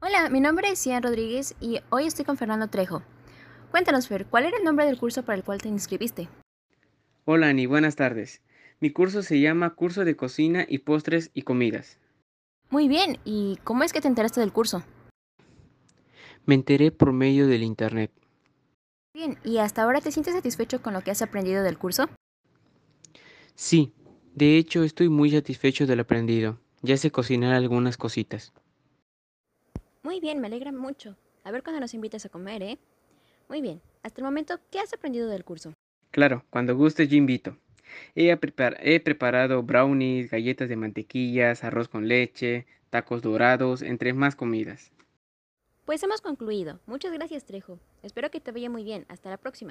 Hola, mi nombre es Ian Rodríguez y hoy estoy con Fernando Trejo. Cuéntanos, Fer, ¿cuál era el nombre del curso para el cual te inscribiste? Hola Ani, buenas tardes. Mi curso se llama Curso de Cocina y Postres y Comidas. Muy bien, ¿y cómo es que te enteraste del curso? Me enteré por medio del internet. Bien, ¿y hasta ahora te sientes satisfecho con lo que has aprendido del curso? Sí, de hecho estoy muy satisfecho del aprendido. Ya sé cocinar algunas cositas. Muy bien, me alegra mucho. A ver cuándo nos invitas a comer, ¿eh? Muy bien, hasta el momento, ¿qué has aprendido del curso? Claro, cuando guste yo invito. He, prepar- he preparado brownies, galletas de mantequillas, arroz con leche, tacos dorados, entre más comidas. Pues hemos concluido. Muchas gracias, Trejo. Espero que te vaya muy bien. Hasta la próxima.